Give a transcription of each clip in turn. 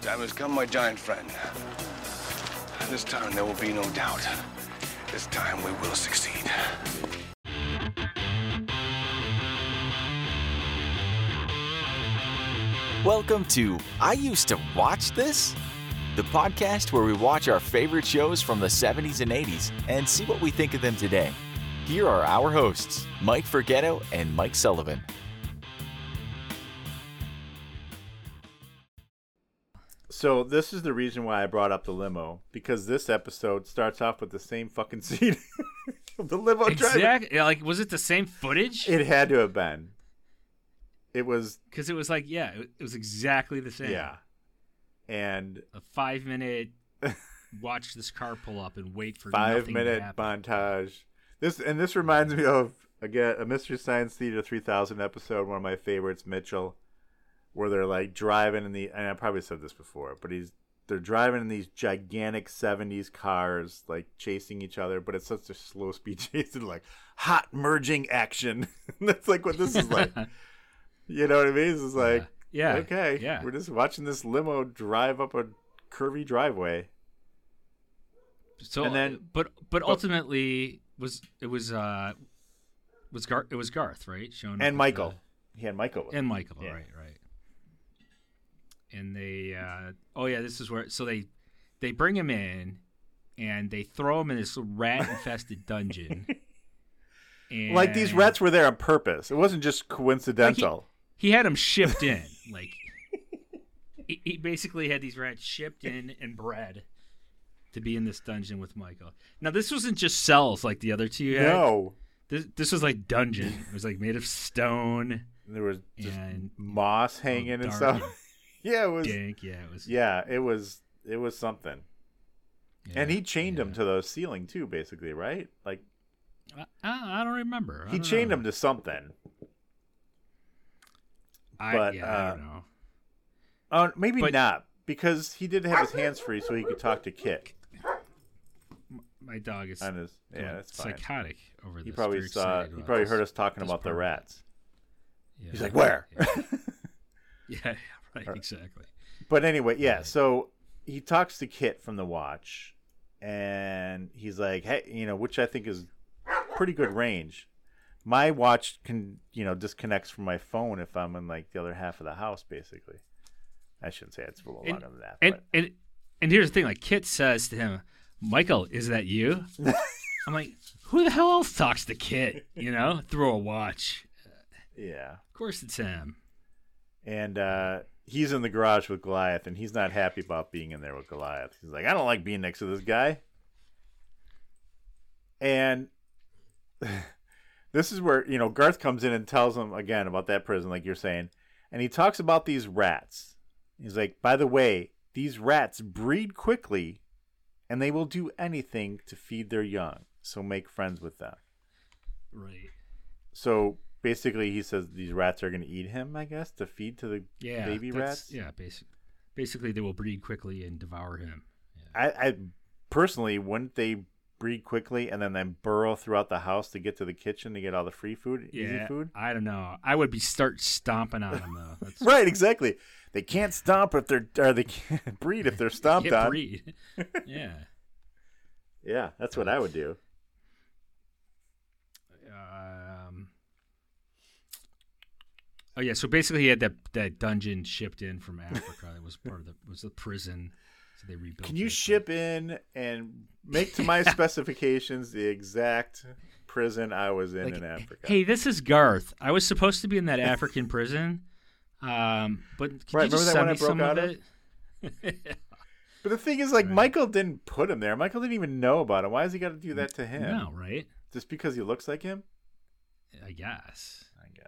time has come, my giant friend. This time there will be no doubt. This time we will succeed. Welcome to I Used to Watch This, the podcast where we watch our favorite shows from the 70s and 80s and see what we think of them today. Here are our hosts, Mike Forgetto and Mike Sullivan. So this is the reason why I brought up the limo because this episode starts off with the same fucking scene of the limo driver. Exactly. Like, was it the same footage? It had to have been. It was Because it, was like, yeah, it it was exactly the same. yeah, and A five minute watch this car pull up and wait for five nothing to minute happen. montage. This and this reminds me of again a Mystery Science Theater three thousand episode, one of my favorites, Mitchell, where they're like driving in the and I probably said this before, but he's they're driving in these gigantic seventies cars, like chasing each other, but it's such a slow speed chase and like hot merging action. That's like what this is like. you know what I mean? It's just like Yeah. okay, Yeah. we're just watching this limo drive up a curvy driveway. So and then- Oh. but but ultimately was it was uh was Garth it was Garth right showing up with uh, And Michael, the- he had Michael. With him. Mm-hmm. and Michael Yeah. right right and they uh oh yeah this is where so they they bring him in and they throw him in this rat infested dungeon and Like these rats were there on purpose. It wasn't just coincidental. he had them shipped in. Like he, he basically had these rats shipped in and bred to be in this dungeon with Michael. Now this wasn't just cells like the other two. Had. No, this this was like dungeon. It was like made of stone there was just and moss hanging and dark stuff. yeah, it was. dank. Yeah, it was. Yeah, it was. It was something. and he chained him yeah. to the ceiling too, basically, right? Like I- I, I don't remember. I he don't chained know. him to something. I, but, yeah, I uh, don't know. Oh, maybe But- not because he did have his hands free, so he could talk to Kit My dog is on his. Yeah, like, that's fine. psychotic over this. He probably Very saw. excited He about probably this. heard us talking this about the part. rats. Yeah. He's like, where? Yeah, yeah, right. Exactly. But anyway, yeah. So he talks to Kit from the Watch, and he's like, "Hey, you know," which I think is pretty good range. My watch can, you know, disconnects from my phone if I'm in like the other half of the house, basically. I shouldn't say it's a little And- longer than that. and but and and here's the thing like kit says to him michael is that you i'm like who the hell else talks to kit you know through a watch yeah, of course it's him and uh, he's in the garage with Goliath, and he's not happy about being in there with Goliath. He's like, "I don't like being next to this guy." And this is where you know Garth comes in and tells him again about that prison, like you're saying, and he talks about these rats. He's like, "By the way, these rats breed quickly, and they will do anything to feed their young. So make friends with them." right So basically, he says these rats are going to eat him, I guess, to feed to the yeah baby that's- rats. yeah basically basically they will breed quickly and devour him I, I personally wouldn't they breed quickly and then then burrow throughout the house to get to the kitchen to get all the free food, easy yeah food. i don't know i would be start stomping on him though that's Right, exactly. They can't stomp if they're or they can't breed if they're stomped can't on. breed yeah Yeah, that's what I would do. um Oh yeah, so basically he had that, that dungeon shipped in from Africa. It was part of the was the prison, so they rebuilt. Can you it. ship in and make to my specifications the exact prison I was in Like, in Africa? Hey, this is Garth. I was supposed to be in that African prison, um, but can Right, you remember that just send one I me some broke out of of? it? But the thing is, like, Michael didn't put him there. Michael didn't even know about him. Why has he got to do that to him? No, right? Just because he looks like him? I guess. I guess.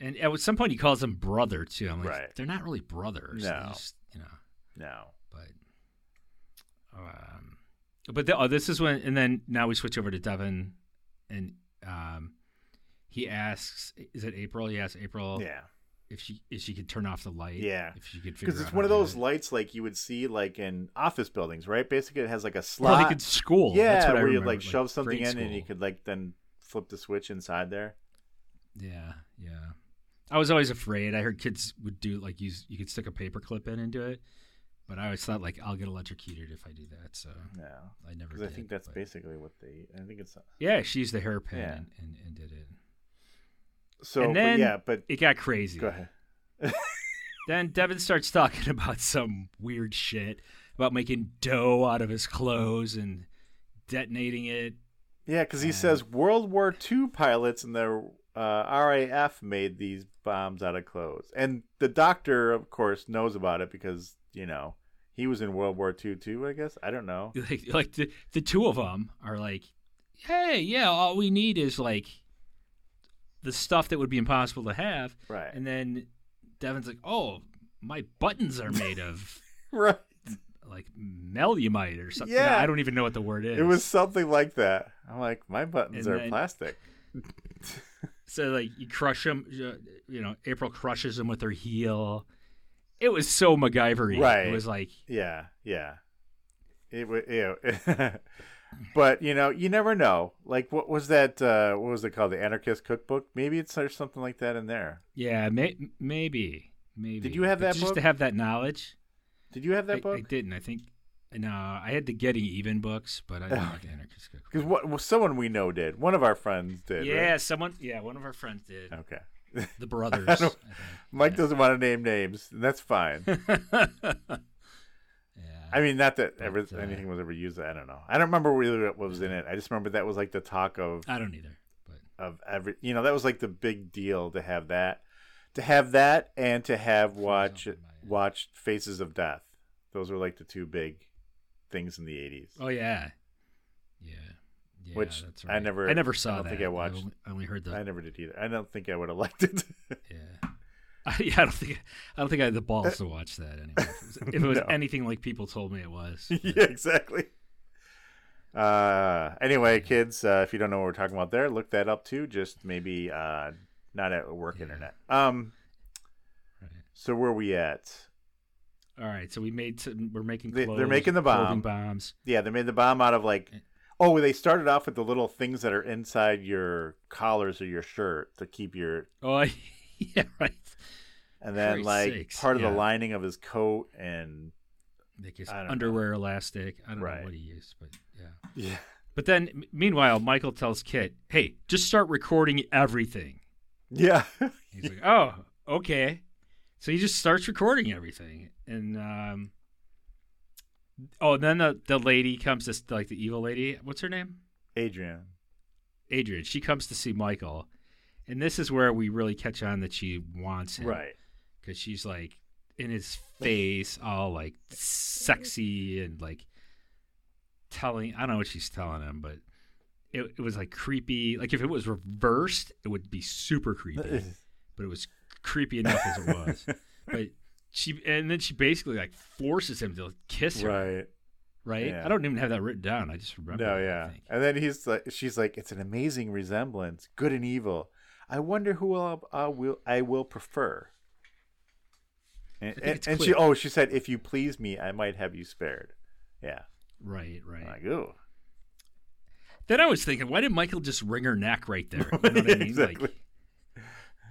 And at some point, he calls him brother too. I'm like, Right. they're not really brothers. No. They just, you know, No. but um, but the, oh, this is when, and then now we switch over to Devin, and um, he asks, is it April? He asks April Yeah. if she if she could turn off the light. Yeah. if she could figure because it's out one how of to do those it. lights like you would see like in office buildings, right? Basically, it has like a Well, slot. like in school. yeah, that's what I where you remember, like shove something in grade and you school. could like then flip the switch inside there. Yeah, yeah. I was always afraid. I heard kids would do like use you could stick a paper clip in and do it, But I always thought like I'll get electrocuted if I do that, so No, I never. because I Did, think that's but- basically what they. I think it's uh, Yeah, she used the hairpin Yeah. and, and, and did it. so. and but then yeah, but it got crazy. go ahead. Then Devin starts talking about some weird shit about making dough out of his clothes and detonating it. Yeah, because he And- says World War II pilots and their uh, RAF made these bombs out of clothes, and the doctor, of course, knows about it because you know he was in World War II too. I guess I don't know. Like, like the, the two of them are like, hey, yeah, all we need is like the stuff that would be impossible to have. Right. And then Devin's like, oh, my buttons are made of Right. like melumite or something. Yeah. I don't even know what the word is. It was something like that. I'm like, my buttons And are then- plastic. So like you crush him, you know. April crushes him with her heel. It was so MacGyvery. Right. It was like Yeah, yeah. It was ew. but you know, you never know. Like, what was that? Uh, what was it called? The Anarchist Cookbook? Maybe it's there's something like that in there. Yeah, may- maybe, maybe. Did you have But that just book? to have that knowledge? Did you have that I, book? I didn't. I think no. I had the Getting Even books, but I didn't like Anarchist Cookbook. Because what well, someone we know did. One of our friends did. Yeah, right? someone. Yeah, one of our friends did. Okay. The brothers. I don't- I think. Mike doesn't want to name names, and that's fine. yeah. I mean, not that But, ever uh, anything was ever used. I don't know. I don't remember really what was in it. I just remember that was like the talk of I don't either. But of every you know that was like the big deal to have that to have that and to have watch open my eyes. watch faces of death those were like the two big things in the 80s oh yeah, yeah. Yeah, Which that's I right. never- I never I saw don't that. think I watched- only, I only heard the. i never did either i don't think i would have liked it Yeah. I, yeah, I don't think I don't think I had the balls to watch that anyway. If it was, if it was Uh, No. anything like people told me it was, yeah exactly uh anyway kids uh, if you don't know what we're talking about there look that up too just maybe uh not at work Yeah. internet um Right. so where we at All right, so we made some, we're making They- clothes, they're making the clothing bomb. bombs. Yeah, they made the bomb out of like. Mm. Oh, they started off with the little things that are inside your collars or your shirt to keep your, Oh yeah, right. and then Christ's like sakes, part of yeah. the lining of his coat and Make his I don't know. underwear elastic. I don't Right. know what he used, but yeah. yeah, But then m- meanwhile, Michael tells Kit, "Hey, just start recording everything." yeah, He's like, "Oh, okay." So he just starts recording everything, and um, oh, and then the the lady comes, this like the evil lady. What's her name? Adrian. Adrian, she comes to see Michael, and this is where we really catch on that she wants him, Right. Because she's like in his face, all like sexy and like telling. I don't know what she's telling him, but it, it was like creepy. Like if it was reversed, it would be super creepy. but it was creepy enough as it was. but she and then she basically like forces him to kiss her. Right. right. yeah. I don't even have that written down. I just remember. No, that, I yeah. think. And then he's like, she's like, it's an amazing resemblance, good and evil. I wonder who I'll, I will I will prefer. And, think and, it's and she clear. oh she said if you please me I might have you spared. Yeah. Right. Right. I'm like ooh. Then I was thinking, why did Michael just wring her neck right there? You know what I mean? Exactly. Like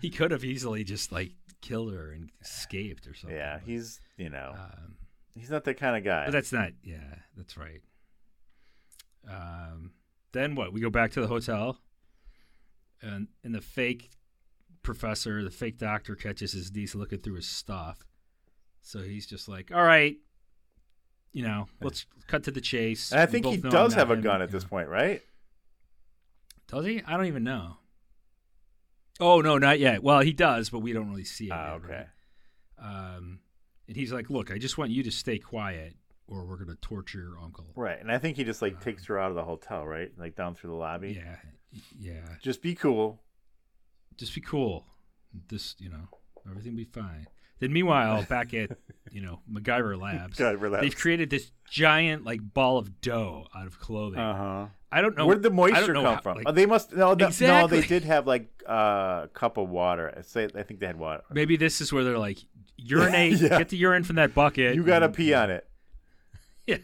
he could have easily just like killed her and escaped or something. Yeah, but, he's you know Um, he's not that kind of guy. but that's not. Yeah, that's right. Um, then what? We go back to the hotel, and and the fake professor, the fake doctor, catches his niece looking through his stuff. So he's just like, "All right, you know, let's cut to the chase." and I We think both he know I'm does not have a him, gun at you this know. point, right? Does he? I don't even know. Oh no, not yet. Well, he does, but we don't really see it. Ah, yet, okay. right? Um, and he's like, "Look, I just want you to stay quiet, or we're gonna torture your uncle." Right. And I think he just like takes her out of the hotel, right? Like down through the lobby. Uh, Yeah, yeah. Just be cool. Just be cool. Just you know, everything be fine. Then meanwhile, back at you know MacGyver Labs, God, relax. they've crereated this giant like ball of dough out of clothing. Uh huh. I don't know Where'd the I don't moisture know come how- from? like, oh, they must no, the, no, Exactly. they did have like uh, a cup of water. I say I think they had water. maybe this is where they're like, urinate, Yeah. get the urine from that bucket. You gotta and- pee on it. Yeah.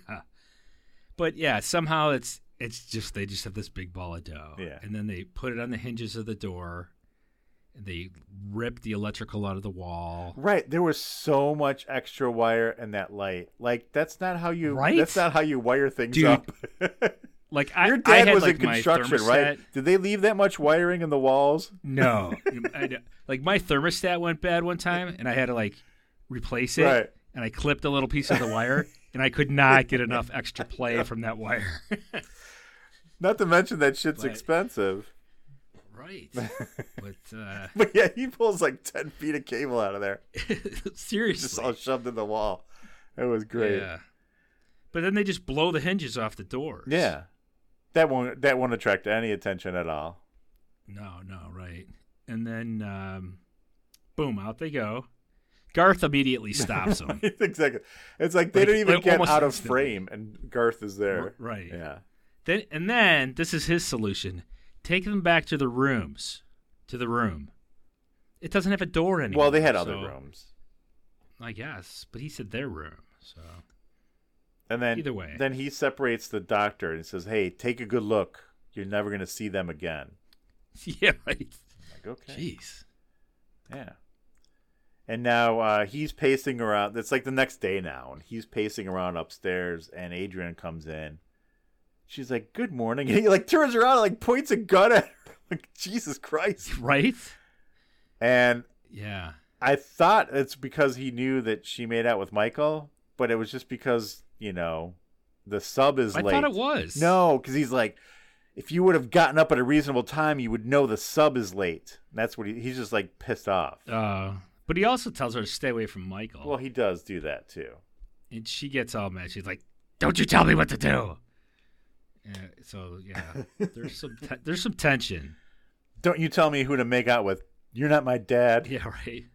But yeah, somehow it's it's just they just have this big ball of dough. Yeah. And then they put it on the hinges of the door and they ripped the electrical out of the wall. Right, there was so much extra wire in that light. Like that's not how you Right? that's not how you wire things Dude, up. Like I, Your I dad had, was like, in my construction, right? thermostat- Did they leave that much wiring in the walls? No, I know. like my thermostat went bad one time, and I had to like replace it. Right. And I clipped a little piece of the wire, and I could not get enough extra play from that wire. Not to mention that shit's But- expensive. right. But uh, But yeah, he pulls like ten feet of cable out of there, seriously, just all shoved in the wall. It was great. yeah. But then they just blow the hinges off the doors. Yeah. That won't that won't attract any attention at all. No, no, right. And then, um, boom, out they go. Garth immediately stops them. exactly. It's like they Like- didn't even like get almost out of instantly. frame and Garth is there. right. Yeah. Then and then this is his solution: take them back to the rooms, to the room. It doesn't have a door anymore. Well, they had other so- rooms. I guess, but he said their room. So And then Either way. then he separates the doctor and says, "Hey, take a good look. You're never going to see them again." yeah, right. Like, okay. Jeez. Yeah. And now uh, he's pacing around. It's like the next day now, and he's pacing around upstairs. And Adrian comes in. She's like, "Good morning." And he like turns around, and, like points a gun at her. Like, Jesus Christ! Right. And Yeah. I thought it's because he knew that she made out with Michael, but it was just because you know the sub is I late. thought it was. No, because he's like, if you would have gotten up at a reasonable time, you would know the sub is late. And that's what he, he's just like pissed off. Uh, but he also tells her to stay away from Michael, Well, he does do that too. and she gets all mad. She's like, "Don't you tell me what to do." Yeah, so yeah, there's some te- there's some tension. Don't you tell me who to make out with. You're not my dad. Yeah, right.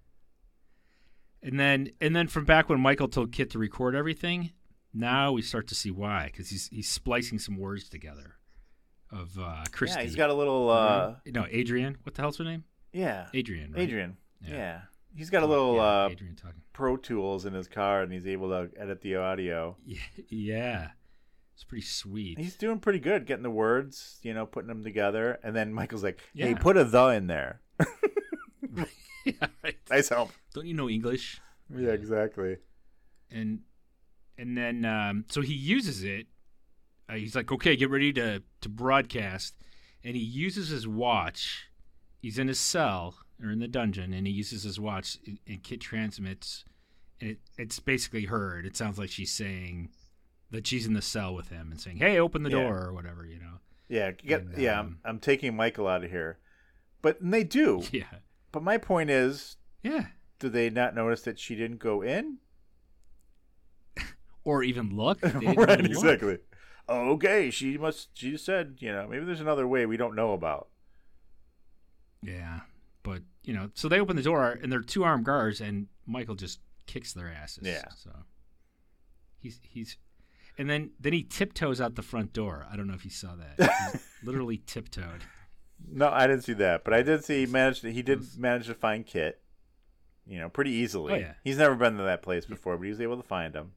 And then and then from back when Michael told Kit to record everything, now we start to see why because he's he's splicing some words together of uh Christy. Yeah, he's got a little. uh no Adrian. What the hell's her name? Yeah, Adrian. Right? Adrian. Yeah. Yeah. he's got a little Yeah, uh, Adrian talking. Pro Tools in his car, and he's able to edit the audio. Yeah, yeah, it's pretty sweet. He's doing pretty good, getting the words, you know, putting them together. And then Michael's like, "Hey, Yeah. put a the in there." yeah, right. Nice help. Don't you know English? Yeah, exactly. and and then um, so he uses it. Uh, he's like, okay, get ready to to broadcast, and he uses his watch. He's in his cell or in the dungeon, and he uses his watch, and, and Kit transmits, and it, it's basically her. And it sounds like she's saying that she's in the cell with him and saying, "Hey, open the Yeah. door" or whatever, you know. Yeah, get, And, yeah. um, I'm, I'm taking Michael out of here, but and they do. Yeah, But my point is, yeah, do they not notice that she didn't go in? or even look. They didn't right, even look. exactly. Okay, she must. She said, you know, maybe there's another way we don't know about. Yeah, but you know, so they open the door and they're two armed guards, and Michael just kicks their asses. Yeah. So he's he's, and then then he tiptoes out the front door. I don't know if you saw that. He's literally tiptoed. No, I didn't see that, but I did see he managed. He did manage to find Kit, you know, pretty easily. Oh, yeah. He's never been to that place before, but he was able to find him.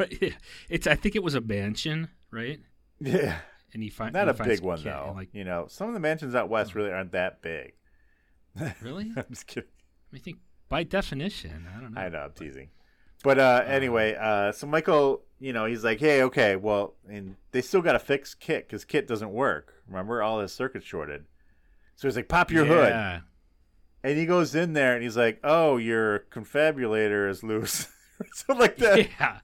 right. yeah. It's I think it was a mansion, right? Yeah, And he finds not a big one Kit, though. and, Like oh. you know, some of the mansions out west really aren't that big. really? I I'm just kidding. mean, think by definition. I don't know. I know I'm teasing, but uh, anyway, uh, so Michael, you know, he's like, hey, okay, well, and they still got to fix Kit because Kit doesn't work. Remember, all his circuits shorted. So he's like, pop your hood, yeah. and he goes in there and he's like, oh, your confabulator is loose, something like that. Yeah.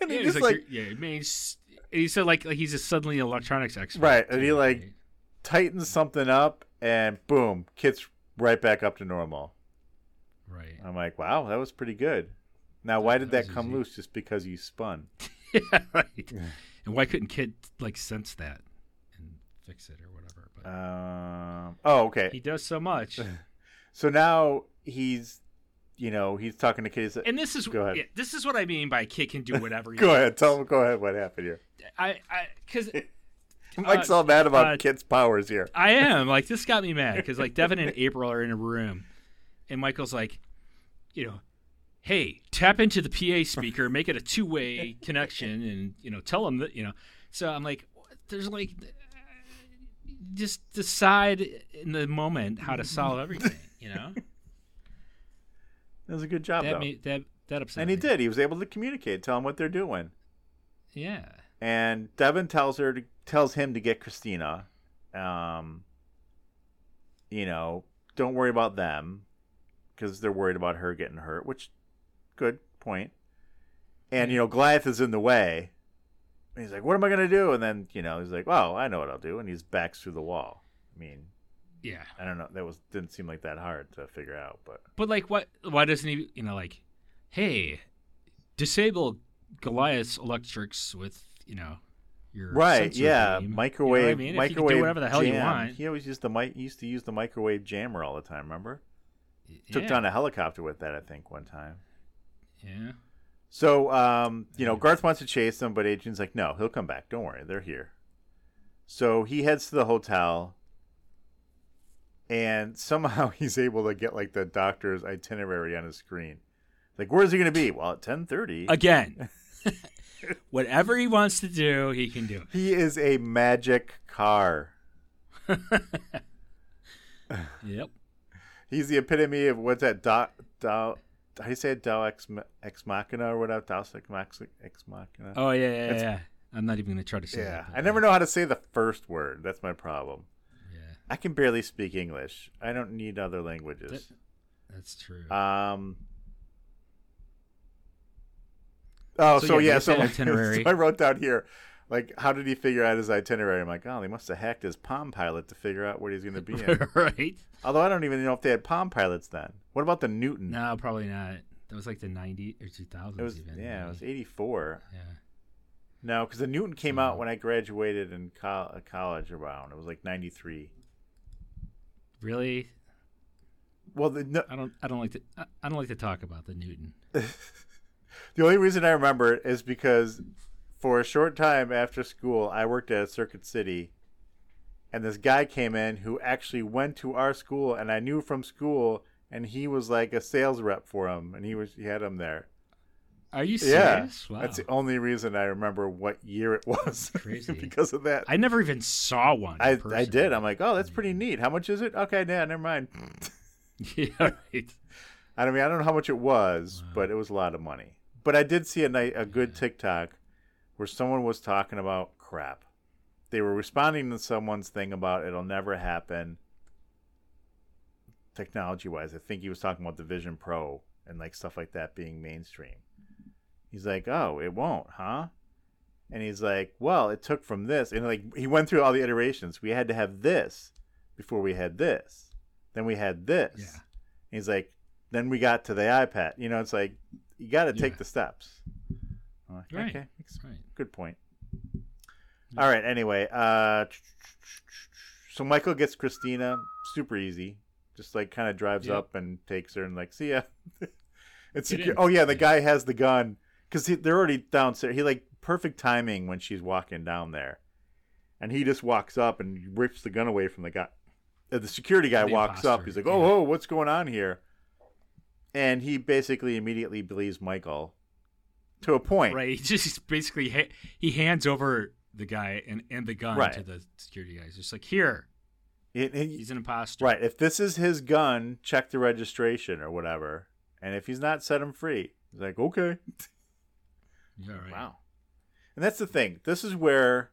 And he Yeah, just he's like, like, yeah, I mean, he's, he said like, like he's a suddenly electronics expert. Right, and he, too, like, right? tightens something up, and boom, Kit's right back up to normal. right. I'm like, wow, that was pretty good. Now, why did That that was come easy. loose? Just because you spun? yeah, right. And why couldn't Kid like sense that and fix it or whatever? But Uh, Um, oh, okay. he does so much. So now he's, you know, he's talking to kids. And this is Go ahead. yeah, this is what I mean by Kid can do whatever. he go wants. ahead, tell him. Go ahead, what happened here? I I because Mike's all mad about uh, Kit's powers here. I am like this got me mad because like Devin and April are in a room, and Michael's like, you know, hey, tap into the PA speaker, make it a two way connection, and you know, tell them that you know. So I'm like, what? there's like, just decide in the moment how to solve everything. You know It was a good job that though, made, that that upset. and he me. did. He was able to communicate, tell him what they're doing. Yeah. and Devin tells her to, tells him to get Christina. Um, you know, don't worry about them because they're worried about her getting hurt, which good point. And you know, Goliath is in the way. And he's like, "What am I gonna do?" And then you know, he's like, "Oh, I know what I'll do," and he's backs through the wall. I mean, Yeah. I don't know. That was didn't seem like that hard to figure out, but But like, what? Why doesn't he? You know, like, hey, disable Goliath's electrics with you know your right, sensor yeah, beam. You know what I microwave, mean? If you could microwave do whatever the hell you jam. want. He always used the mic. He used to use the microwave jammer all the time. Remember? took yeah. down a helicopter with that, I think, one time. Yeah. So, um, you know, Garth wants to chase them, but Adrian's like, no, he'll come back. Don't worry, they're here. So he heads to the hotel, and somehow he's able to get like the doctor's itinerary on his screen. Like, where's he going to be? Well, at ten thirty. Again. Whatever he wants to do, he can do. He is a magic car. Yep. He's the epitome of what's that? Do, do, how do you say it? Dao ex, ma- ex machina or whatever? Dos ex, max- ex machina. Oh yeah, yeah, yeah, yeah. I'm not even gonna try to say. Yeah, that, but I never know how to say the first word. That's my problem. Yeah, I can barely speak English. I don't need other languages. that's true. Um. Oh, so, So, yeah, yeah, there's so, that itinerary. so I wrote down here, like, how did he figure out his itinerary? I'm like, oh, they must have hacked his Palm Pilot to figure out what he's going to be in. right? Although I don't even know if they had Palm Pilots then. What about the Newton? No, probably not. That was like the 90s or 2000s. it was even, yeah, it was maybe. 84. Yeah. No, because the Newton came out when I graduated in col- college around. It was like 93. Really? Well, the, no, I don't. I don't like to. I, I don't like to talk about the Newton. The only reason I remember it is because for a short time after school, I worked at Circuit City, and this guy came in who actually went to our school, and I knew from school, and he was like a sales rep for him, and he was he had him there. Are you yeah, serious? wow. that's the only reason I remember what year it was crazy. because of that. I never even saw one. in I, person. Mm. I did. I'm like, oh, that's pretty neat. How much is it? Okay, yeah, never mind. yeah. Right. I mean, I don't know how much it was, but it was a lot of money. But I did see a night a good TikTok where someone was talking about crap. They were responding to someone's thing about it'll never happen. Technology wise, I think he was talking about the Vision Pro and like stuff like that being mainstream. He's like, "Oh, it won't, huh?" And he's like, "Well, it took from this." And like he went through all the iterations. We had to have this before we had this. Then we had this. Yeah. He's like, then we got to the iPad. You know, it's like you got to take Yeah. the steps. I'm like, Right. Okay, makes- Right. good point. All right. Anyway, uh, so Michael gets Christina super easy. Just like kind of drives Yep. up and takes her and like, see ya. it's Get secu- in. oh yeah, the guy has the gun because they're already downstairs. He like perfect timing when she's walking down there, and he just walks up and rips the gun away from the guy. Uh, the security guy The walks up. imposter, He's like, oh, yeah. oh, what's going on here? And he basically immediately believes Michael to a point. Right. He just basically ha- he hands over the guy and, and the gun Right. to the security guys. Just like here, It- it- he's an imposter. Right. If this is his gun, check the registration or whatever. And if he's not, set him free. He's like, okay. Yeah, right. And that's the thing. This is where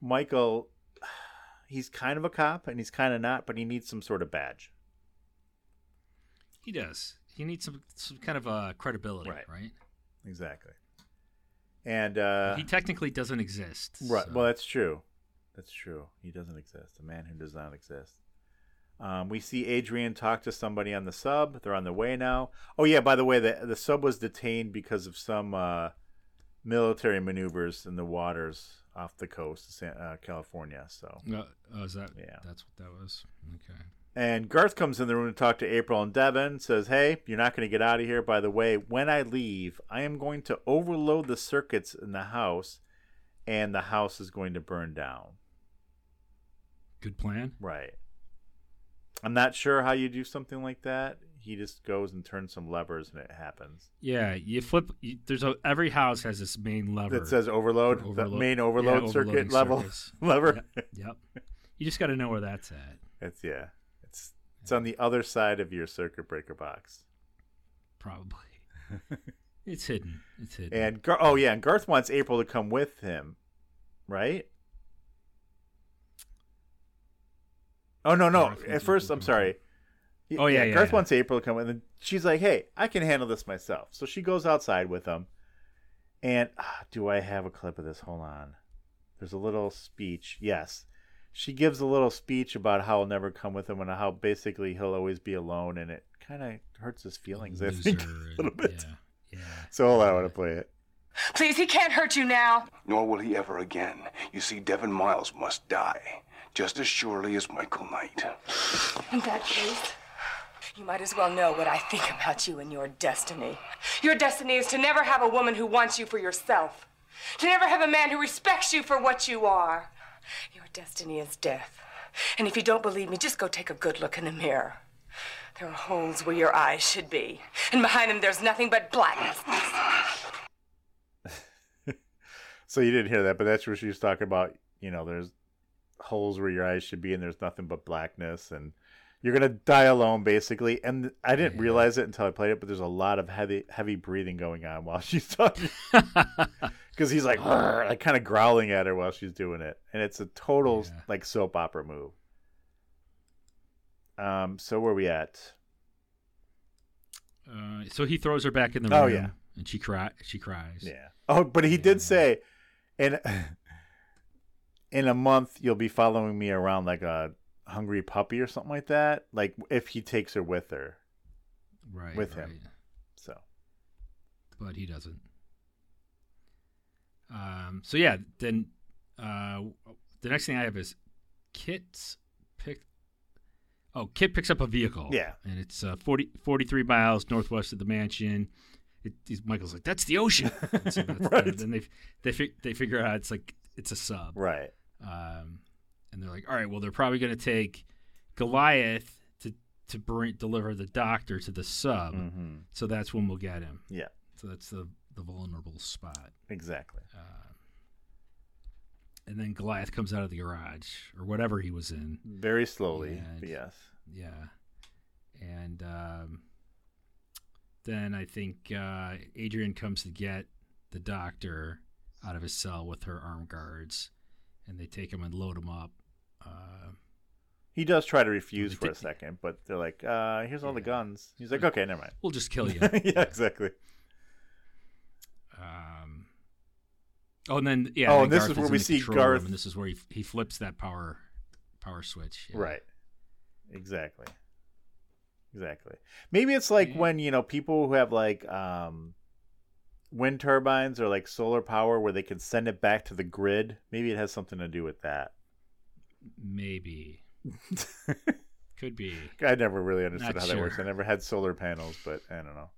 Michael, he's kind of a cop and he's kind of not, but he needs some sort of badge. He does. He needs some some kind of uh, credibility, Right. right? Exactly. And, uh, he technically doesn't exist. right. so- Well, that's true. That's true. He doesn't exist. A man who does not exist. Um, we see Adrian talk to somebody on the sub. They're on their way now. Oh yeah, by the way, the the sub was detained because of some uh, military maneuvers in the waters off the coast of San, uh, California. So Uh, oh, is that? Yeah. That's what that was. Okay. and Garth comes in the room to talk to April and Devin. Says, "Hey, you're not going to get out of here. By the way, when I leave, I am going to overload the circuits in the house, and the house is going to burn down." Good plan. Right. I'm not sure how you do something like that. He just goes and turns some levers and it happens. Yeah, you flip. You, there's a every house has this main lever. That says overload, For the overload- main yeah, overload circuit overloading level circuits. lever. Yep. yep. You just got to know where that's at. It's yeah. It's It's on the other side of your circuit breaker box. probably. it's hidden. It's hidden. And Gar- oh yeah, and Garth wants April to come with him, right? Oh no, no. Garth wants At first, April I'm to come. sorry. Y- Oh, yeah, yeah, Garth yeah. wants April to come, and then she's like, "Hey, I can handle this myself." So she goes outside with him, and ah, do I have a clip of this? Hold on. There's a little speech. Yes, she gives a little speech about how he'll never come with him, and how basically he'll always be alone, and it kind of hurts his feelings. I think Loser a and- little bit. Yeah, yeah. So hold on, I want to play it. Please, he can't hurt you now. Nor will he ever again. You see, Devin Miles must die, just as surely as Michael Knight. In that case, you might as well know what I think about you and your destiny. Your destiny is to never have a woman who wants you for yourself, to never have a man who respects you for what you are. Your destiny is death. And if you don't believe me, just go take a good look in the mirror. There are holes where your eyes should be, and behind them there's nothing but blackness. So you didn't hear that, but that's where she was talking about, you know, there's holes where your eyes should be and there's nothing but blackness and you're gonna die alone basically. And I didn't realize it until I played it, but there's a lot of heavy heavy breathing going on while she's talking. Because he's like, "Arr," like kind of growling at her while she's doing it. And it's a total Yeah. like soap opera move. Um, so where we at? Uh, so he throws her back in the room. Oh, yeah. And she cry. She cries. Yeah. Oh, but he did say, in in a month you'll be following me around like a hungry puppy or something like that. Like if he takes her with her. Right. With him. right. So but he doesn't. Um, so yeah, then uh, the next thing I have is Kit's pick. Oh, Kit picks up a vehicle. Yeah. and it's uh, 40, 43 miles northwest of the mansion. It, he's- Michael's like, "That's the ocean." And so that's- Right. Then they they fi- they figure out it's like it's a sub. right. Um, and they're like, "All right, well, they're probably going to take Goliath to to bring deliver the doctor to the sub, hmm so that's when we'll get him." Yeah. So that's the the vulnerable spot. uh, Exactly. And then Goliath comes out of the garage or whatever he was in. Very slowly. Yeah, but yes. Yeah. And um, then I think uh, Adrian comes to get the doctor out of his cell with her armed guards, and they take him and load him up. Uh, He does try to refuse I for a think- second, but they're like, uh, here's all the Yeah. guns. He's like, okay, never we'll just kill you. mind. yeah, exactly. Um, oh, and then yeah. Oh, then and this Garth is where in we the see control room, Garth- and this is where he, he flips that power power switch. yeah. Right. Exactly. Exactly. Maybe it's like Yeah. when, you know, people who have like um wind turbines or like solar power where they can send it back to the grid. Maybe it has something to do with that. Maybe could be. I never really understood Not how that works. I sure. never had solar panels, but I don't know.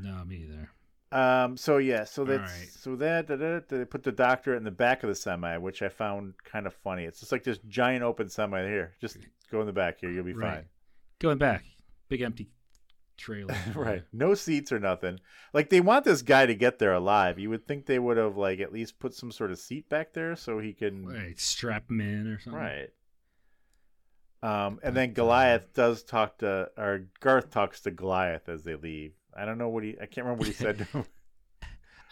No, me either. Um so yeah, so that's right. so that da, da, da, they put the doctor in the back of the semi, which I found kind of funny. It's just like this giant open semi here. Just go in the back here, you'll be Right. fine. Going back, big empty trailer. right no seats or nothing like they want this guy to get there alive you would think they would have like at least put some sort of seat back there so he can Right, strap him in or something. right um and then But, uh, goliath does talk to or garth talks to goliath as they leave i don't know what he i can't remember what he said to him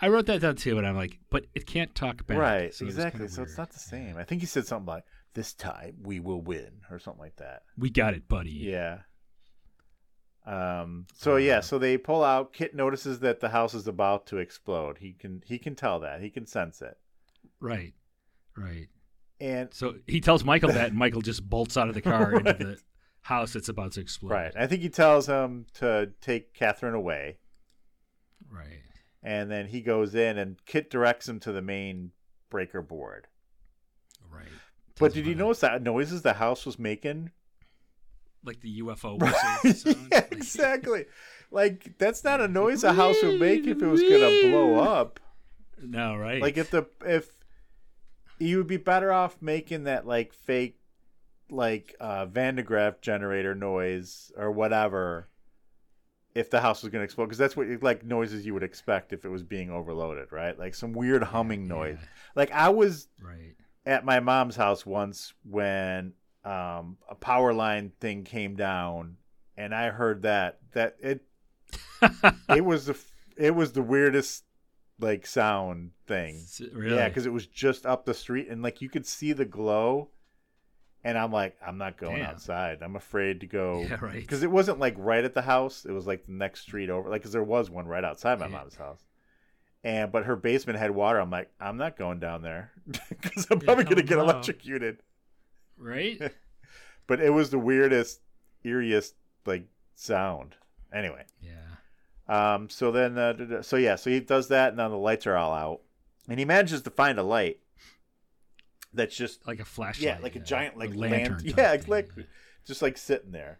I wrote that down too, and I'm like, but it can't talk back. right so it was exactly kinda so it's weird. not the same i think he said something like this time we will win or something like that We got it, buddy. Yeah. Um. Uh, So yeah. So they pull out. Kit notices that the house is about to explode. He can. He can tell that. He can sense it. Right. Right. And So he tells Michael that, and Michael just bolts out of the car into the house that's about to explode. right. I think he tells him to take Catherine away, Right. and then he goes in, and Kit directs him to the main breaker board. Right. but Tells did you him about it. notice that noises the house was making? Like the UFO whistle sound. yeah, exactly. like that's not a noise a house would make if it was gonna blow up. no, right. like if the if you would be better off making that like fake like uh Van de Graaff generator noise or whatever if the house was going to explode because that's what like noises you would expect if it was being overloaded right like some weird humming noise yeah. like i was Right. at my mom's house once when um, a power line thing came down, and I heard that that it it was the f- it was the weirdest like sound thing. S- Really? Yeah, because it was just up the street, and like you could see the glow. And I'm like, I'm not going Damn. outside. I'm afraid to go Yeah, right. because it wasn't like right at the house. It was like the next street over. Like, because there was one right outside my Yeah. mom's house. And but her basement had water. I'm like, I'm not going down there because I'm probably hell gonna get oh, no. electrocuted. right? But it was the weirdest, eeriest like sound. Anyway, Yeah. um, so then, uh, da- da- so yeah, so he does that, and then the lights are all out, and he manages to find a light that's just Like a flashlight. yeah, like a giant like lantern. lantern. type yeah, thing, it's like just like sitting there,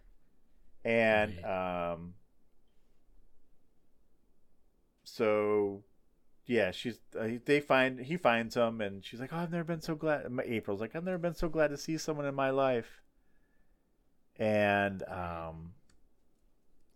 and um, so yeah, she's uh, they find he finds him, and she's like, "Oh, I've never been so glad." My April's like, "I've never been so glad to see someone in my life," and um,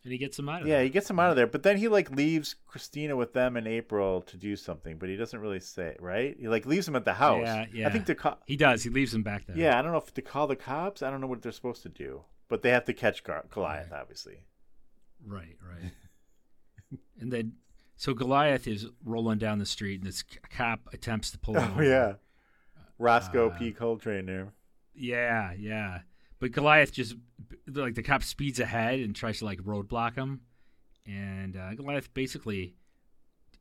And he gets him out of yeah, there. he gets him out of there, but then he like leaves Christina with them in April to do something, but he doesn't really say, right? He like leaves him at the house. Yeah, yeah. I think the co- He does. He leaves him back there. yeah, I don't know if to call the cops. I don't know what they're supposed to do, but they have to catch Gar- Goliath, obviously. Right, right. and then, so Goliath is rolling down the street, and this c- cop attempts to Oh, pull him. over. Roscoe Uh, P. Coltrane there. yeah, yeah. But Goliath just like the cop speeds ahead and tries to like roadblock him, and uh, Goliath basically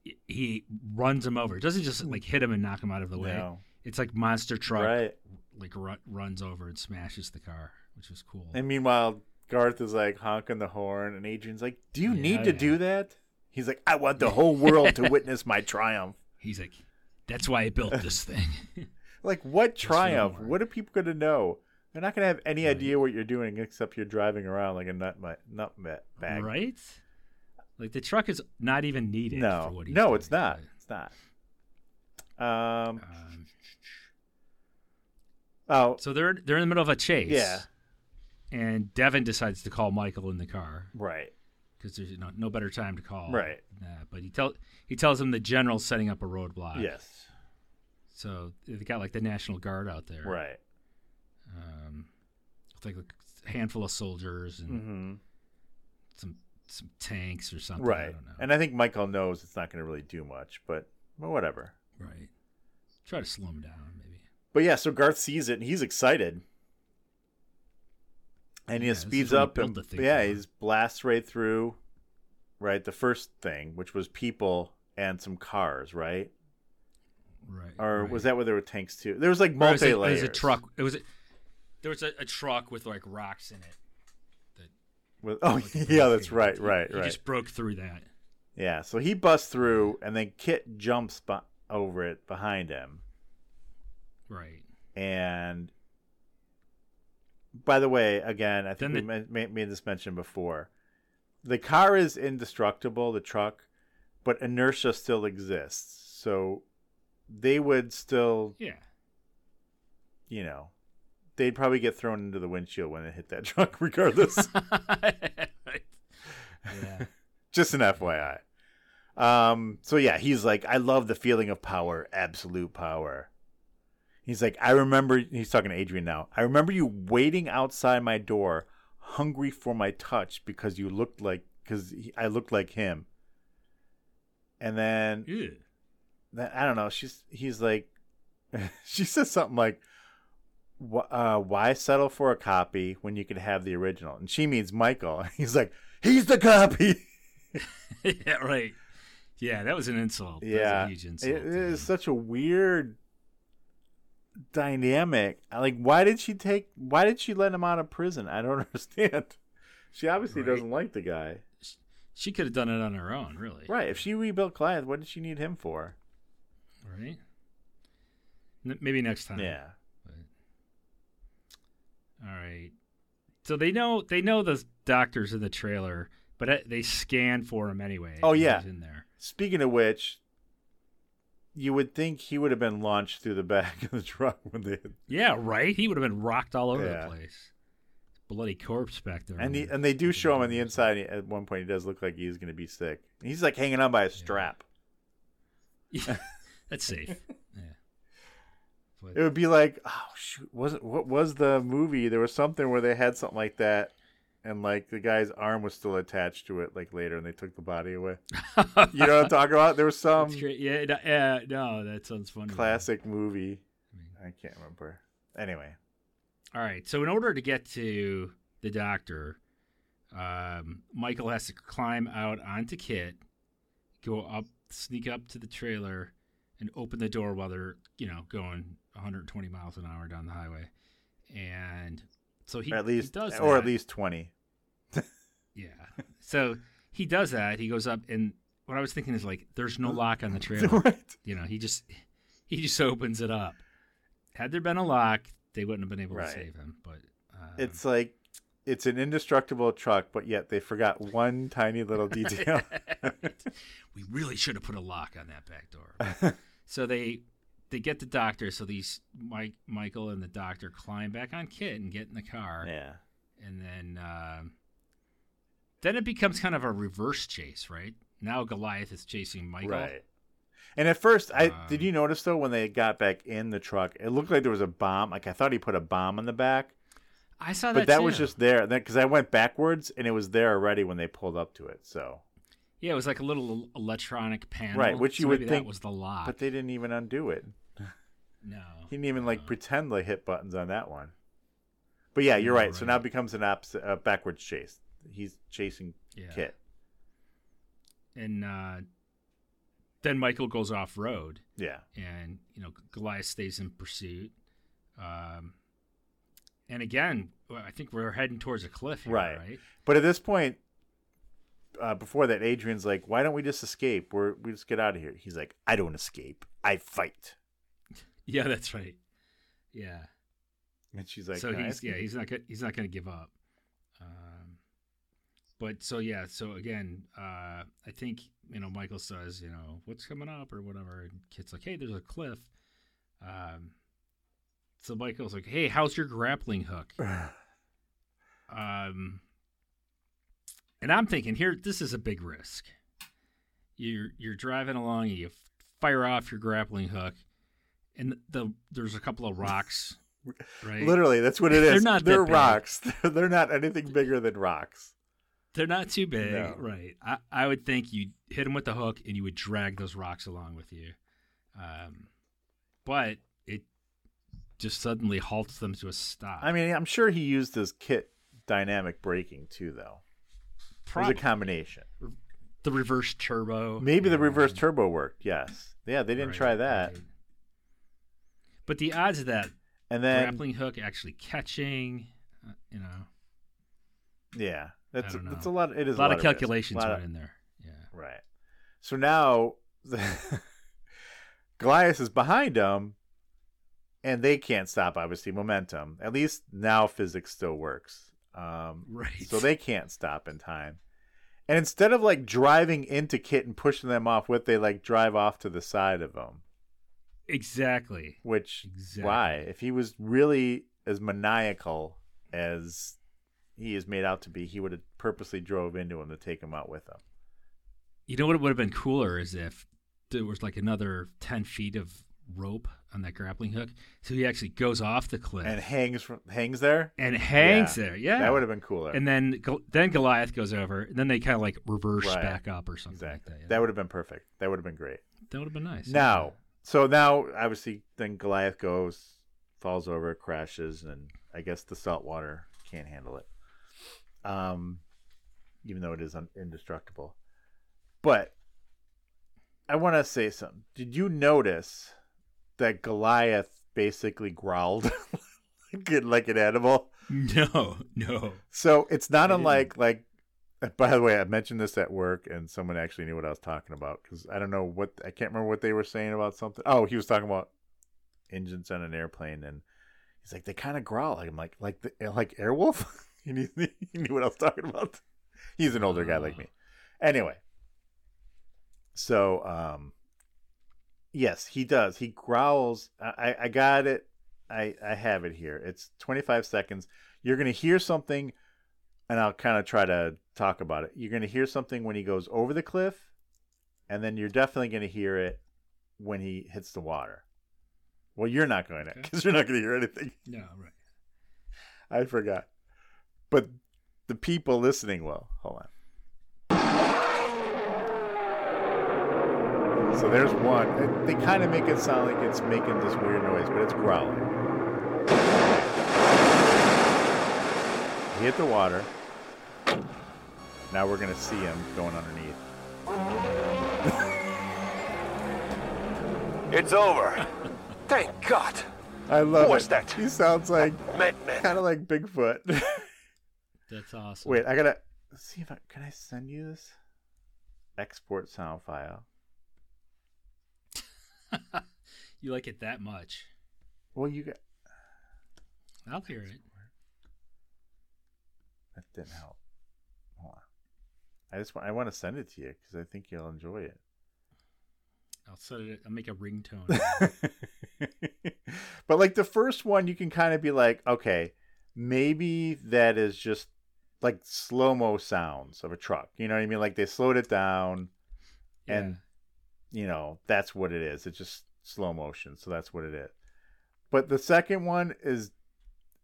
he- he runs him over. It doesn't just like hit him and knock him out of the way. No. It's like monster truck Right. like ru- runs over and smashes the car, which is cool. And meanwhile, Garth is like honking the horn, and Adrian's like, "Do you Yeah, need to yeah. do that?" He's like, "I want the whole world to witness my triumph." He's like, "That's why I built this thing." Like, what for the triumph? horn. What are people going to know? They're not going to have any idea what you're doing except you're driving around like a nut ma- nut ma- bag. Right? Like the truck is not even needed. for No, what he's no, doing, it's not. but, It's not. Um. um, Oh, so they're they're in the middle of a chase. Yeah. And Devin decides to call Michael in the car right. because there's no, no better time to call. Right. Uh, but he tell he tells him the general's setting up a roadblock. Yes. So they got like the National Guard out there. Right. Um, with like a handful of soldiers and Mm-hmm. some some tanks or something. I Right. don't know. and I think Michael knows it's not going to really do much, but well, whatever. right. Try to slow him down, maybe. But yeah, so Garth sees it and he's excited. And he Yeah, this is speeds when he up built and the thing yeah, for. he just blasts right through right the first thing, which was people and some cars, right? Right. Or right. was that where there were tanks too? There was like Or it was a- multi layers. It was a truck. It was a, there was a, a truck with like rocks in it. With, oh Like a yeah, that's barricade. right, He- right, He right. just broke through that. Yeah, so he busts through and then Kit jumps bu- over it behind him. Right. And by the way, again, I Then think we the- men- ma- made this mention before. The car is indestructible, the truck, but inertia still exists. So they would still, Yeah. you know, they'd probably get thrown into the windshield when it hit that truck, regardless. right. Yeah. Just an FYI. Um, so yeah, he's like, I love the feeling of power, absolute power. He's like, I remember he's talking to Adrian now. I remember you waiting outside my door, hungry for my touch because you looked like because I looked like him. And then Ew. that- I don't know. She's he's like, she says something like, "Wh- uh, "Why settle for a copy when you could have the original?" And she means Michael. He's like, "He's the copy." yeah. Right. Yeah. That was an insult. That was a yeah huge It- insult. it to is him. such a weird dynamic I- like why did she take why did she let him out of prison i don't understand she obviously Right. doesn't like the guy She could have done it on her own, really. right if she rebuilt Goliath, what did she need him for Right. N- maybe next time. yeah All right. So they know they know the doctors in the trailer, but uh, they scan for him anyway. Oh, He yeah. was In there. speaking of which you would think he would have been launched through the back of the truck when they Yeah. Right. He would have been rocked all over Yeah. the place. Bloody corpse back there. and on he, the- and they do show him on the inside at one point he does look like he's going to be sick he's like hanging on by a strap Yeah, that's safe. Yeah. with. It would be like, oh shoot, wasn't what was the movie? There was something where they had something like that, and like the guy's arm was still attached to it. Like later, and they took the body away. You know what I'm talking about? There was some That's great. Yeah, no, yeah, no, that sounds fun. to me. um, classic movie. Mm-hmm. I can't remember. Anyway, All right. So in order to get to the doctor, um, Michael has to climb out onto Kit, go up, sneak up to the trailer, and open the door while they're you know going 120 miles an hour down the highway, and so he or at least he does or at that. least twenty. yeah. So he does that. He goes up, and what I was thinking is like, there's no lock on the trailer. right. you know, he just he just opens it up. Had there been a lock, they wouldn't have been able Right. to save him. But um, It's like it's an indestructible truck, but yet they forgot one tiny little detail. we really should have put a lock on that back door. so they they get the doctor. So these Mike, Michael, and the doctor climb back on Kit and get in the car, yeah. and then um then it becomes kind of a reverse chase, right? Now Goliath is chasing Michael. Right. And at first, I did Um, you notice though when they got back in the truck, it looked like there was a bomb. Like I thought he put a bomb in the back, I saw Oh, that. but that was too. just there. Because I went backwards and it was there already when they pulled up to it. So, yeah, it was like a little electronic panel, Right, which you so would maybe think- that was the lock. but they didn't even undo it. no, He didn't even Uh-huh. like pretend to hit buttons on that one. But yeah, you're right. So now it Right. becomes an opposite, uh, backwards chase. He's chasing Yeah. Kit. and uh, then Michael goes off road. Yeah. and you know Goliath stays in pursuit. Um, and again, well, I think we're heading towards a cliff, here, Right. right? But at this point, uh, before that, Adrian's like, "Why don't we just escape? We're we just get out of here." He's like, "I don't escape. I fight." Yeah, that's right. Yeah. And she's like, so "Can I he's escape?" yeah he's not gonna, he's not going to give up. Um, but so yeah, so again, uh, I think you know Michael says you know what's coming up or whatever, and Kit's like, hey, there's a cliff. Um, so Michael's like, hey, how's your grappling hook? um, and I'm thinking here, this is a big risk. You're you're driving along, and you fire off your grappling hook, and the there's a couple of rocks. Right? Literally, that's what it is. They're not that They're big. rocks. They're not anything bigger than rocks. They're not too big, No. right? I, I would think you would hit them with the hook and you would drag those rocks along with you. Um, but it just suddenly halts them to a stop. I mean, I'm sure he used his kit dynamic braking too, though. It was Probably a combination. the reverse turbo. Maybe the and- reverse turbo worked. Yes. Yeah, they didn't right, try that. right. But the odds of that And then grappling hook actually catching, uh, you know, yeah, that's don't know. that's a lot. It a is lot, of risk. calculations Lot went of- in there. Yeah. Right. So now Goliath is behind them, and they can't stop, obviously, momentum. At least now physics still works. Um, Right. So they can't stop in time. And instead of like driving into Kit and pushing them off with, they like drive off to the side of them. Exactly. Which, Exactly. why? If he was really as maniacal as he is made out to be, he would have purposely drove into him to take him out with him. You know what would have been cooler is if there was like another ten feet of rope on that grappling hook, so he actually goes off the cliff and and, hangs from hangs there. hangs there. Yeah, That would have been cooler. And then Gol- then Goliath goes over, and then they kind of like reverse Right. back up or something exactly. like that. yeah. That would have been perfect. That would have been great. That would have been nice. Now, so now obviously, then Goliath goes, falls over, crashes, and I guess the salt water can't handle it. Um, even though it is un- indestructible, but I want to say something. Did you notice that Goliath basically growled like an- like an animal? no, no. So it's not unlike like. By the way, I mentioned this at work, and someone actually knew what I was talking about because I don't know what I can't remember what they were saying about something. Oh, he was talking about engines on an airplane, and he's like they kind of growl. I'm like like the, like Airwolf. he, knew, he knew what I was talking about. He's an older guy like me. Anyway, so um, yes, he does. He growls. I I- I got it. I I have it here. It's 25 seconds. You're gonna hear something, and I'll kind of try to talk about it. You're gonna hear something when he goes over the cliff, and then you're definitely gonna hear it when he hits the water. Well, you're not going to because you're not going to hear anything. No, right. I forgot. But the people listening will. Hold on. So there's one. It- They kind of make it sound like it's making this weird noise, but it's growling. He hit the water. Now we're going to see him going underneath. It's over. Thank God. I love Who was it. that? He sounds like Man, man. kind of like Bigfoot. That's awesome. Wait, I gotta see if I can I send you this export sound file. You like it that much? Well, you got I'll hear it. that didn't help. Hold on. I just want I want to send it to you because I think you'll enjoy it. I'll set it. I'll make a ringtone. but like the first one, you can kind of be like, okay, maybe that is just like slow mo sounds of a truck. You know what I mean? Like they slowed it down, and you know that's what it is. It's just slow motion, so that's what it is. But the second one is,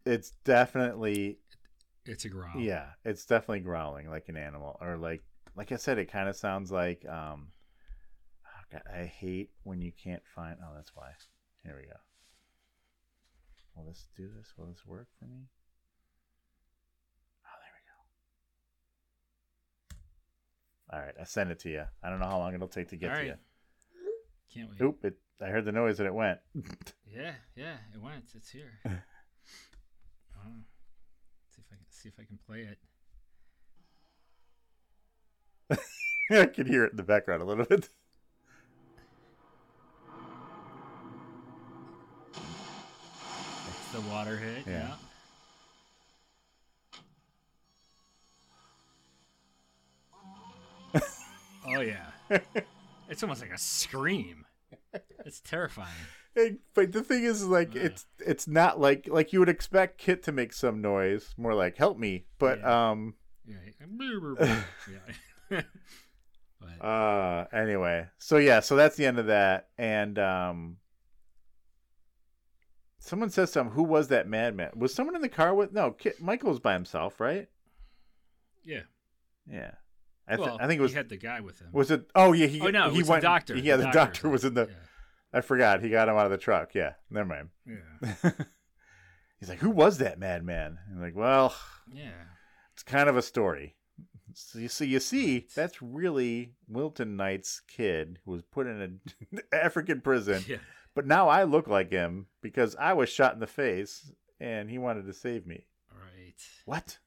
it's definitely Yeah, it's a growl. yeah, it's definitely growling like an animal, or like like I said, it kind of sounds like um. oh, God, I hate when you can't find. Oh, that's why. Here we go. Will this do this? Will this work for me? Oh, there we go. All right, I sent it to you. I don't know how long it'll take to get All to right. Can't wait. you. Oop! It. I heard the noise and it went. Yeah, yeah, it went. It's here. Oh. see if I can see if I can play it. I can hear it in the background a little bit. It's the water hit. Yeah. Yeah. oh yeah. it's almost like a scream. It's terrifying. And- but the thing is, is, like, Yeah. it's it's not like like you would expect Kit to make some noise, more like "help me." But Yeah. um, Yeah. yeah. but uh, anyway, so yeah, so that's the end of that. And um, someone says something. Who was that madman? Was someone in the car with? No, Kit. Michael was by himself, right? yeah. Yeah, I, th- well, I think it was. he had the guy with him. was it? Oh yeah, he oh no, it he was went the doctor. Yeah, the, doctor, was in the. Yeah. I forgot. He got him out of the truck. Yeah, never mind. Yeah. He's like, who was that madman? And like, well, yeah. it's kind of a story. So you see, you see, that's really Wilton Knight's kid who was put in an African prison. Yeah. But now I look like him because I was shot in the face and he wanted to save me. All right. What?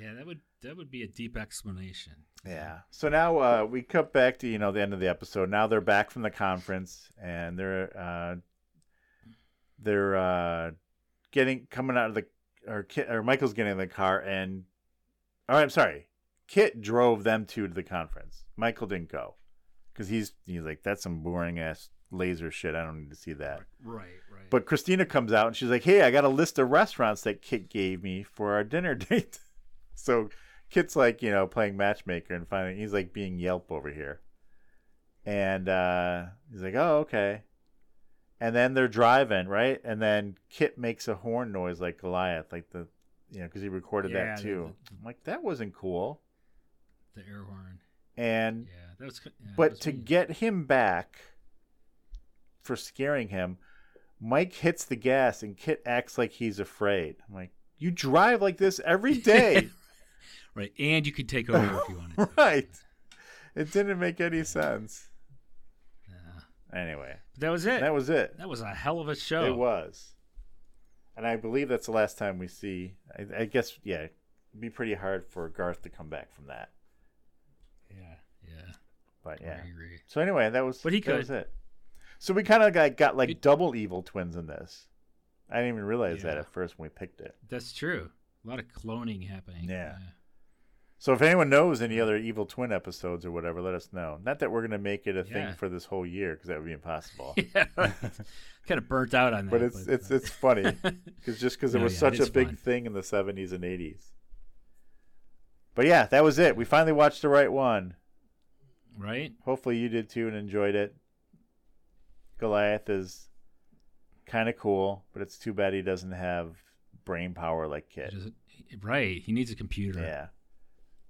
Yeah, that would that would be a deep explanation. Yeah. So now uh, we cut back to you know the end of the episode. Now they're back from the conference and they're uh, they're uh, getting coming out of the or Kit, or Michael's getting in the car and oh I'm sorry, Kit drove them two to the conference. Michael didn't go because he's he's like that's some boring ass laser shit. I don't need to see that. Right, right. But Christina comes out and she's like, "Hey, I got a list of restaurants that Kit gave me for our dinner date." so Kit's like, you know, playing matchmaker and finding he's like being Yelp over here. And uh, he's like, "Oh, okay." And then they're driving, right? And then Kit makes a horn noise like Goliath, like the, you know, because he recorded Yeah, that the- too. I'm like, that wasn't cool. the air horn. And Yeah, that was. co- Yeah, that but was to mean. get him back for scaring him, Mike hits the gas and Kit acts like he's afraid. I'm like, you drive like this every day. right, and you could take over if you wanted. to. right. It didn't make any sense. Yeah. Anyway, But that was it. that was it. That was a hell of a show. It was. And I believe that's the last time we see. I, I guess, yeah, it'd be pretty hard for Garth to come back from that. Yeah, yeah. But yeah. I agree. So anyway, that was But he that could. was it. So we kind of got, got like Good- double evil twins in this. I didn't even realize that Yeah. at first when we picked it. That's true. A lot of cloning happening. Yeah. So if anyone knows any other evil twin episodes or whatever, let us know. Not that we're gonna make it a Yeah. thing for this whole year because that would be impossible. Yeah. kind of burnt out on that. uh, but it's it's it's funny because just because it No, was yeah, such it is a big fun. thing in the seventies and eighties. But yeah, that was it. We finally watched the right one. right. Hopefully you did too and enjoyed it. Goliath is kind of cool, but it's too bad he doesn't have brain power like He Kit. doesn't- right. He needs a computer. Yeah.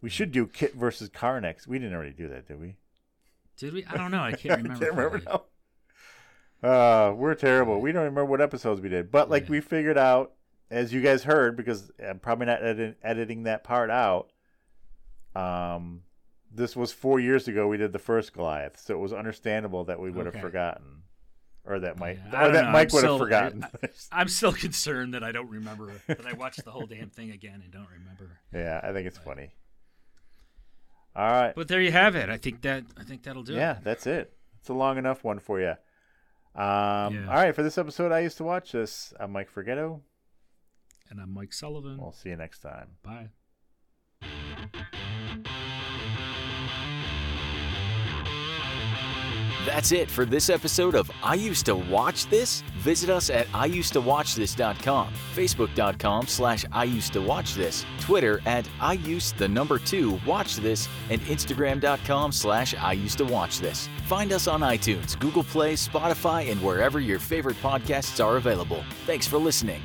We should do Kit versus Car next. We didn't already do that, did we? Did we? I don't know. I can't remember. I can't remember fully. now. Uh, we're terrible. We don't remember what episodes we did, but like Yeah. we figured out, as you guys heard, because I'm probably not edit- editing that part out. Um, this was four years ago. We did the first Goliath, so it was understandable that we would have Okay. forgotten, or that Mike, Yeah, I or don't that know. Mike would I'm have still- forgotten. I'm still concerned that I don't remember that I watched the whole damn thing again and don't remember. yeah, I think it's funny. All right. But there you have it. I think that I think that'll do yeah, it. that's it. It's a long enough one for you. Um, Yeah. All right, for this episode, I used to watch this. I'm Mike Forgetto. And I'm Mike Sullivan. We'll see you next time. Bye. That's it for this episode of I Used to Watch This. Visit us at iusedtowatchthis.com, facebook.com slash I Used to Watch This, Twitter at I Used the number two Watch This, and instagram.com slash I Used to Watch This. Find us on iTunes, Google Play, Spotify, and wherever your favorite podcasts are available. Thanks for listening.